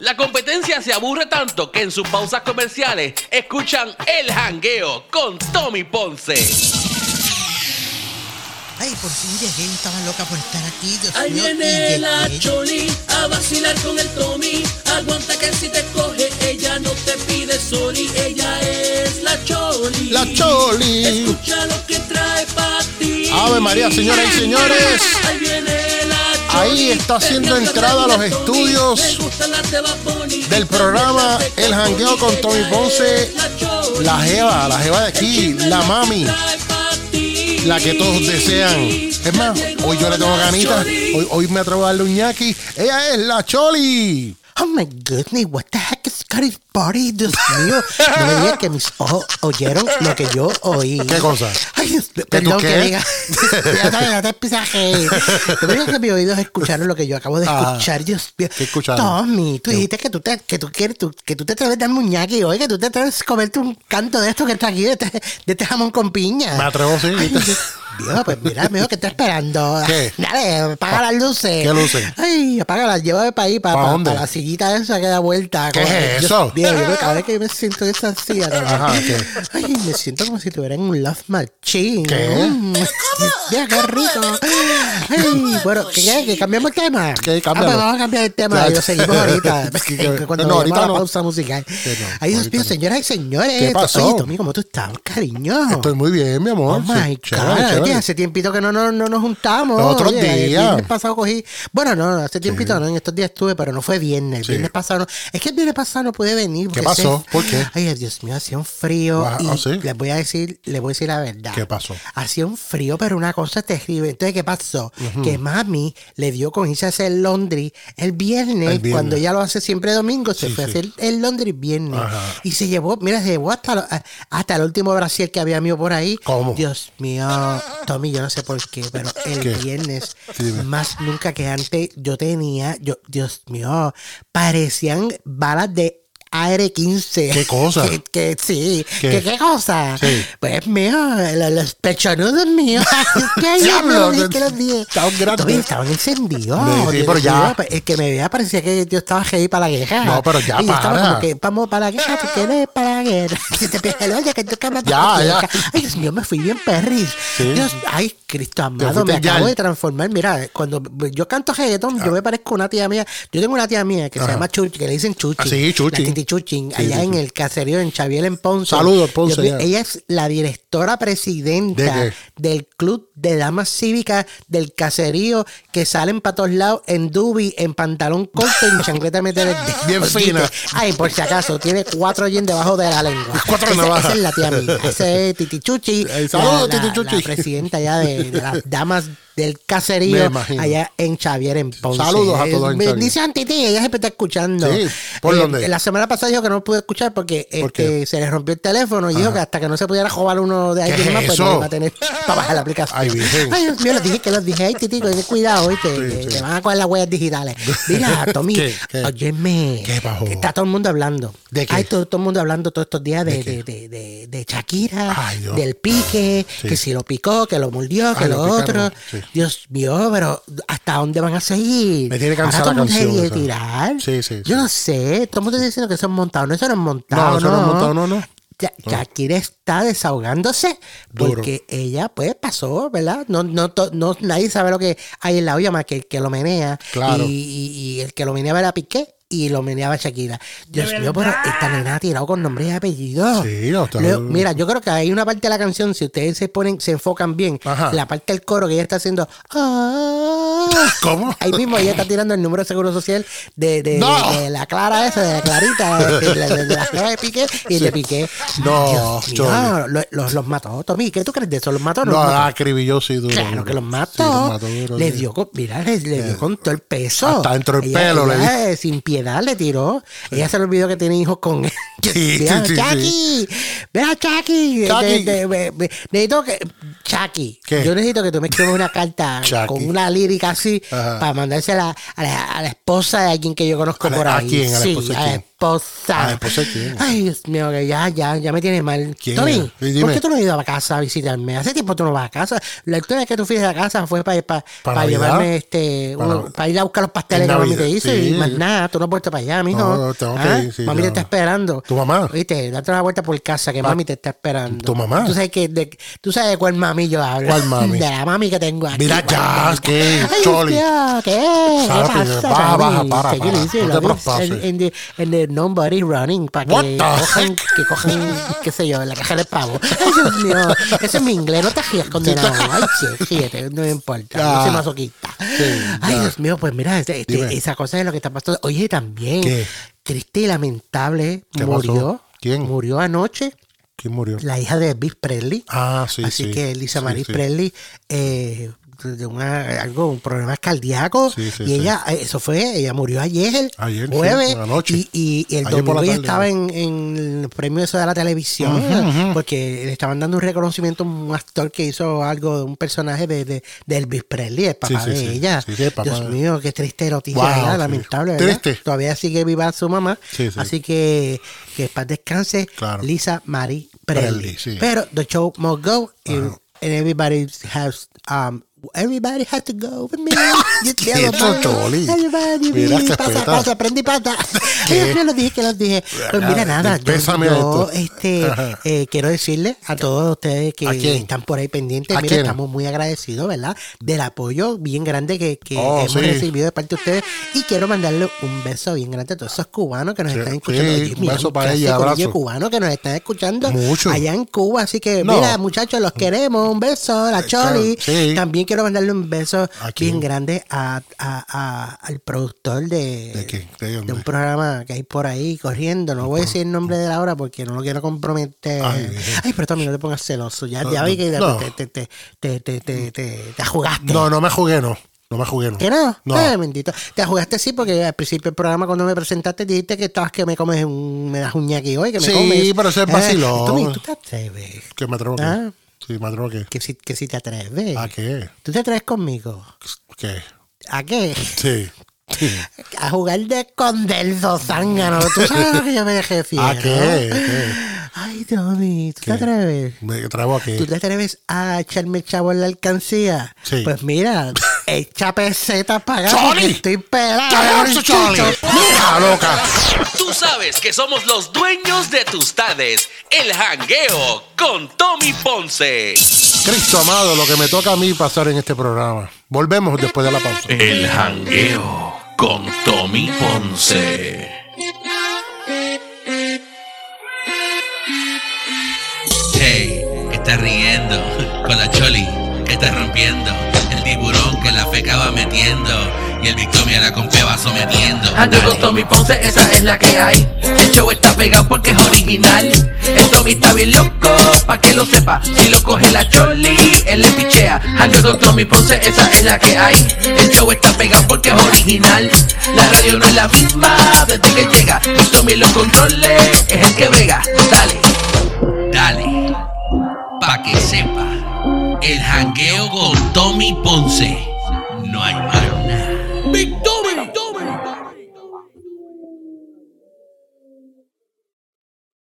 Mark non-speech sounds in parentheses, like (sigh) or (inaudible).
La competencia se aburre tanto que en sus pausas comerciales escuchan El Jangueo con Tommy Ponce. Ay, por fin llegué, yo estaba loca por estar aquí. Dios Ahí mío, y viene llegué. la Choli a vacilar con el Tommy. Aguanta que si te coge, ella no te pide sorry. Ella es la Choli. La Choli. Escucha lo que trae para ti. Ave María, señoras y señores. Ahí viene la Choli. Ahí está haciendo Te encanta entrada a los la Choli. estudios Te gusta la de Bad Bunny. del programa El Jangueo con Tommy Ella Ponce. es la Choli. La jeva, la jeva de El aquí, chisme la lo que mami, trae pa' ti. la que todos desean. Es más, hoy yo le tengo ganitas, hoy, hoy me atrevo a darle un ñaki. Ella es la Choli. Oh my goodness, what the heck is Scotty's party? Dios mío, no me digas que mis ojos oyeron lo que yo oí. ¿Qué cosa? Ay, Dios, tú perdón qué? que (laughs) diga. ya te, ya te pisaje. No me digas que mis oídos escucharon lo que yo acabo de Ah, escuchar, Dios mío. ¿qué escucharon? Tommy, tú dijiste que tú te, que tú quieres, tú- que tú te atreves a dar muñaqui hoy, que tú te atreves a comerte un canto de esto que está aquí, de este, de este jamón con piña. Me atrevo, sí. Ay, Dios mío, pues mira, amigo, que está esperando. ¿Qué? Dale, apaga las luces. ¿Qué luces? Ay, apágalas, llévame para ahí, para, ¿Pa para, dónde? la sillita esa que da vuelta. ¿Qué Como- es yo- eso? Dios, yo, cada vez que yo me siento en esa silla, ¿no? Ajá, ¿qué? Ay, me siento como si estuviera en un love machine. ¿Qué? Mm, (laughs) Ya, qué rico. Ay, bueno, ¿qué, qué, que cambiamos el tema? ¿Qué? Ah, pues Cámbialo. vamos a cambiar el tema. Ya. Lo seguimos (laughs) ahorita. Sí, que- Cuando no, no, ahorita la no. pausa musical. no, Ay, Dios ahorita mío, no. señoras y señores. ¿Qué pasó? Oye, Tommy, ¿cómo tú estás, cariño? Estoy muy bien, mi amor. Oh my Sí, chévere, God, chévere. oye, hace tiempito que no, no, no nos juntamos. Los otros Oye, El días. viernes pasado cogí. Bueno, no, no, hace tiempito no, en estos días estuve, pero no fue viernes. El Sí. viernes pasado no. Es que el viernes pasado no pude venir. porque pasó? ¿Por qué? Ay, Dios mío, hacía un frío. Ah, y ah, ¿sí? les voy a decir, les voy a decir la verdad. ¿Qué pasó? Hacía un frío, pero una cosa terrible. Entonces, ¿qué pasó? Que mami le dio con irse a hacer laundry el viernes, El viernes. cuando ella lo hace siempre domingo, se Sí, fue a sí. hacer el laundry viernes. Ajá. Y se llevó, mira, se llevó hasta, lo- hasta el último brasier que había mío por ahí. ¿Cómo? Dios mío, Tommy, yo no sé por qué, (laughs) pero el ¿Qué? viernes, Dime. más nunca que antes, yo tenía, yo, Dios mío, parecían balas de AR-15. ¿Qué (laughs) cosa? Que, que sí, ¿Qué? que qué cosa. Sí. Pues mío, los, los pechonudos (laughs) míos. ¿Qué Diablo, yo que los vi. estaban grandes. Tommy, estaban encendidos. Sí, sí, Dios pero ya. mío, el pues, que me veía parecía que yo estaba heavy para la guerra. No, pero ya Y yo estaba para. como que, vamos para la guerra, tú quieres para la guerra. (laughs) Y te pega el oye, que tú que me Ya, te- ya. Ay, Dios mío, me fui bien perris. Sí. Dios, ay, Cristo amado, fuiste me acabo ya. Ah. de transformar. Mira, cuando yo canto reggaetón, yo me parezco a una tía mía. Yo tengo una tía mía que se llama Chuchi, que le dicen Chuchi. Ah, sí, Chuchi. La Titi Chuchin, Sí, allá en Chuchi. el caserío, en Chaviel, en Ponce. Saludos, Ponce, Dios mío, ya. ella es la directora presidenta ¿De qué? del Club de Damas Cívicas del Caserío que salen para todos lados en dubi, en pantalón corto, en chancleta meter (laughs) Bien fina. Ay, por si acaso, tiene cuatro jeans debajo de la lengua. (laughs) Cuatro esa, navajas. esa es la tía mía. Ese es Titi (laughs) Chuchi. Eh, saludos, la- la- Titi Chuchi. La presidenta ya de, de las Damas del Caserío (laughs) Me imagino. allá en Xavier, en Ponce. Eh, Saludos a todos en Xavier. Bendición, Titi. Ella siempre está escuchando. Eh, Sí, ¿por dónde? La semana pasada dijo que no pude escuchar porque ¿Por este, se le rompió el teléfono y dijo que hasta que no se pudiera jugar uno de ¿Qué alguien es más, pues eso? no iba a tener (laughs) para bajar la aplicación. Ay, virgen. Ay, Dios mío, los dije que los dije. Ay, Titi, ten cuidado, oíste. que sí. Te van a coger las huellas (laughs) digitales. Mira, Tommy, ¿Qué? ¿Qué? óyeme. ¿Qué pasó? Está todo el mundo hablando. ¿De qué? Ay, todo, todo el mundo hablando todos estos días de, ¿De de, qué? de, de- de Shakira, Ay, Dios. del pique, Sí. que si lo picó, que lo mordió, que Ah, lo lo picaron, otro. sí. Dios mío, pero ¿hasta dónde van a seguir? Me tiene Ahora cansada todo el mundo la se canción quiere esa. tirar. Sí, sí, Yo sí. no sé. Todo el mundo está diciendo que eso es montado. No, eso no es montado. No, eso no es montado, no, no. Ya- Shakira está desahogándose Duro. porque ella pues pasó, ¿verdad? No, no, to- no, nadie sabe lo que hay en la olla más que el que lo menea. Claro. Y, y- y el que lo meneaba era Piqué y lo meneaba Shakira. Dios mío, pero esta nena ha tirado con nombres y apellidos. Sí, no, está- Luego, mira, yo creo que hay una parte de la canción, si ustedes se ponen, se enfocan bien, Ajá. la parte del coro que ella está haciendo. "Ah". ¿Cómo? Ahí mismo ella está tirando el número de seguro social de, de- ¡No! de la Clara esa, de la Clarita, de, de- de- de la Clara de Piqué y de Piqué. No, Dios mío, Choli. lo- los, los mató, Tommy. ¿Qué tú crees de eso? ¿Los mató o no No, los mató? la acribilló sí duro. Claro duro. que los Sí, mató. los mató duro, le sí. Eh, dio con, mira, le, le dio con todo el peso. Hasta dentro del pelo le ella, eh, sin piedad le tiró. Ella se le olvidó que tiene hijos con él. Sí, Mira, sí, sí, Chucky, mira Chucky. eh, Chucky. De- de- de- de- necesito que Chucky. ¿Qué? Yo necesito que tú me escribas una carta (laughs) Chucky. con una lírica así Ajá. para mandársela a la, a la esposa de alguien que yo conozco ¿A la- por a ahí. quién? ¿A la Sí, esposa de a la quién? esposa. Ah, ¿esposa quién? Ay, Dios mío, que ya, ya, ya me tienes mal. ¿Quién es? Tommy, Sí, dime. ¿por qué tú no has ido a casa a visitarme? Hace tiempo tú no vas a casa. La última vez que tú fuiste a casa fue para, para, ¿Para para Navidad? llevarme este, Para- uno- para ir a buscar los pasteles En que mami te Navidad, hizo sí. y más nada. Tú no has vuelto para allá, mijo. No, no, tengo que Ah, ir, sí, Mami ya. te está esperando. ¿Tu mamá? Ah, Viste, date una vuelta por casa que mami te está esperando. ¿Tu mamá? Tú sabes, que de, tú sabes de cuál mami yo hablo. ¿Cuál (laughs) mami? De la mami que tengo aquí. Mira ya, ¿qué? Ay, Choli. tío, ¿qué? Sabe, ¿Qué pasa, baja, baja, Tony? para, ¿Qué para. dice? No te Lo traspases. dice En the- en the nobody running, para What que the cojan, que cojan, qué sé yo, la caja de pavo. Ay, Dios mío, ese es mi inglés, no te rías condenado. Ay, che, fíjate, no me importa, Ya. yo soy masoquista. Ay, ya. Dios mío, pues mira, este- este- Dime. esa cosa es lo que está pasando. Oye, también, ¿Qué? triste y lamentable, ¿Qué murió. pasó? ¿Quién? Murió anoche ¿Quién murió? la hija de Elvis Presley. Ah, sí, Así sí. que Elisa Sí, Marie sí. Presley, eh, de una, algo, un problema cardíaco. Sí, sí, y sí. ella, eh, eso fue, ella murió ayer, Ayer, sí, jueves. anoche. Y, y- y el Ayer por la domingo ella estaba tarde, en, en el premio eso de la televisión, porque le estaban dando un reconocimiento a un actor que hizo algo de un personaje de, de, de Elvis Presley, el papá Sí, sí, de sí. ella. Sí, sí, el papá Dios de- mío, qué triste noticia, Wow, ¿verdad? sí. lamentable. ¿verdad? Triste. Todavía sigue viva su mamá. Sí, sí. Así que que paz descanse, Claro. Lisa Marie Presley, Presley. sí. Pero the show must go and, and everybody has um everybody has to go with (laughs) me. Yo te ¿Qué hago esto, mal. Choli? Everybody Mira, este me te pasa, espeta. pasa, prende y (laughs) pasa. ¿Qué? Yo los dije que los dije. Pues mira nada, yo, Pésame yo, esto. este Ajá. eh, quiero decirle a todos ustedes que ¿A quién? están por ahí pendientes, ¿A mira, quién? estamos muy agradecidos, ¿verdad? Del apoyo bien grande que, que Oh, hemos sí. recibido de parte de ustedes. Y quiero mandarle un beso bien grande a todos esos cubanos que nos Sí, están escuchando. sí, Oye, un mira, beso para clásico ella, DJ abrazo. cubanos que nos están escuchando Mucho. allá en Cuba. Así que, No. Eh, mira, muchachos, los queremos. Un beso, la Choli. claro, sí. También quiero mandarle un beso ¿A quién? bien grande a, a- a- al productor de, ¿De quién? ¿De dónde? un programa que hay por ahí corriendo. No voy a decir el nombre de la hora porque no lo quiero comprometer. Ay, Ay, Dios. pero Tommy, no te pongas celoso. Ya, No, ya vi que no. te, te, te, te, te, te- te- te jugaste. No, no me jugué, no. No me jugué, no. ¿Que no? No. Eh, Ay, bendito. Te jugaste sí porque al principio del programa cuando me presentaste dijiste que estabas que me comes un, me das un ñaqui hoy, que me Sí, comes. pero eso es Eh, vacilón. Tommy, tú te atreves. Que me atrevo. Ah. que Sí, me atrevo que. Que si, que si te atreves. ¿A qué? ¿Tú te atreves conmigo? ¿Qué? ¿A qué? (laughs) Sí. Sí. A jugar de condeldo zángano. ¿Tú sabes lo que yo me dejé fiel? ¿A qué? ¿Qué? Ay, Tommy, ¿tú ¿Qué? te atreves? Me atrevo a ¿Tú que. te atreves a echarme el chavo en la alcancía? Sí. Pues (laughs) mira, echa pesetas para acá ¡Choli! porque estoy pelado. ¡Cállate, Choli! ¡Mija loca! Tú sabes que somos los dueños de tus tardes. El Hangueo con Tommy Ponce. Cristo amado, lo que me toca a mí pasar en este programa. Volvemos después de la pausa. El Hangueo con Tommy Ponce. Hey, ¿qué estás riendo? Con la Choli, que estás rompiendo? El tiburón que la feca va metiendo. Y el Victoria la compea va sometiendo. Ando con Tommy Ponce, esa es la que hay. El show está pegado porque es original. El Tommy está bien loco, pa' que lo sepa. Si lo coge la Choli, él le pichea. Ando con Tommy Ponce, esa es la que hay. El show está pegado porque es original. La radio no es la misma desde que llega. Y Tommy lo controle, es el que brega. Dale. Dale, pa' que sepa. El Hangueo con Tommy Ponce.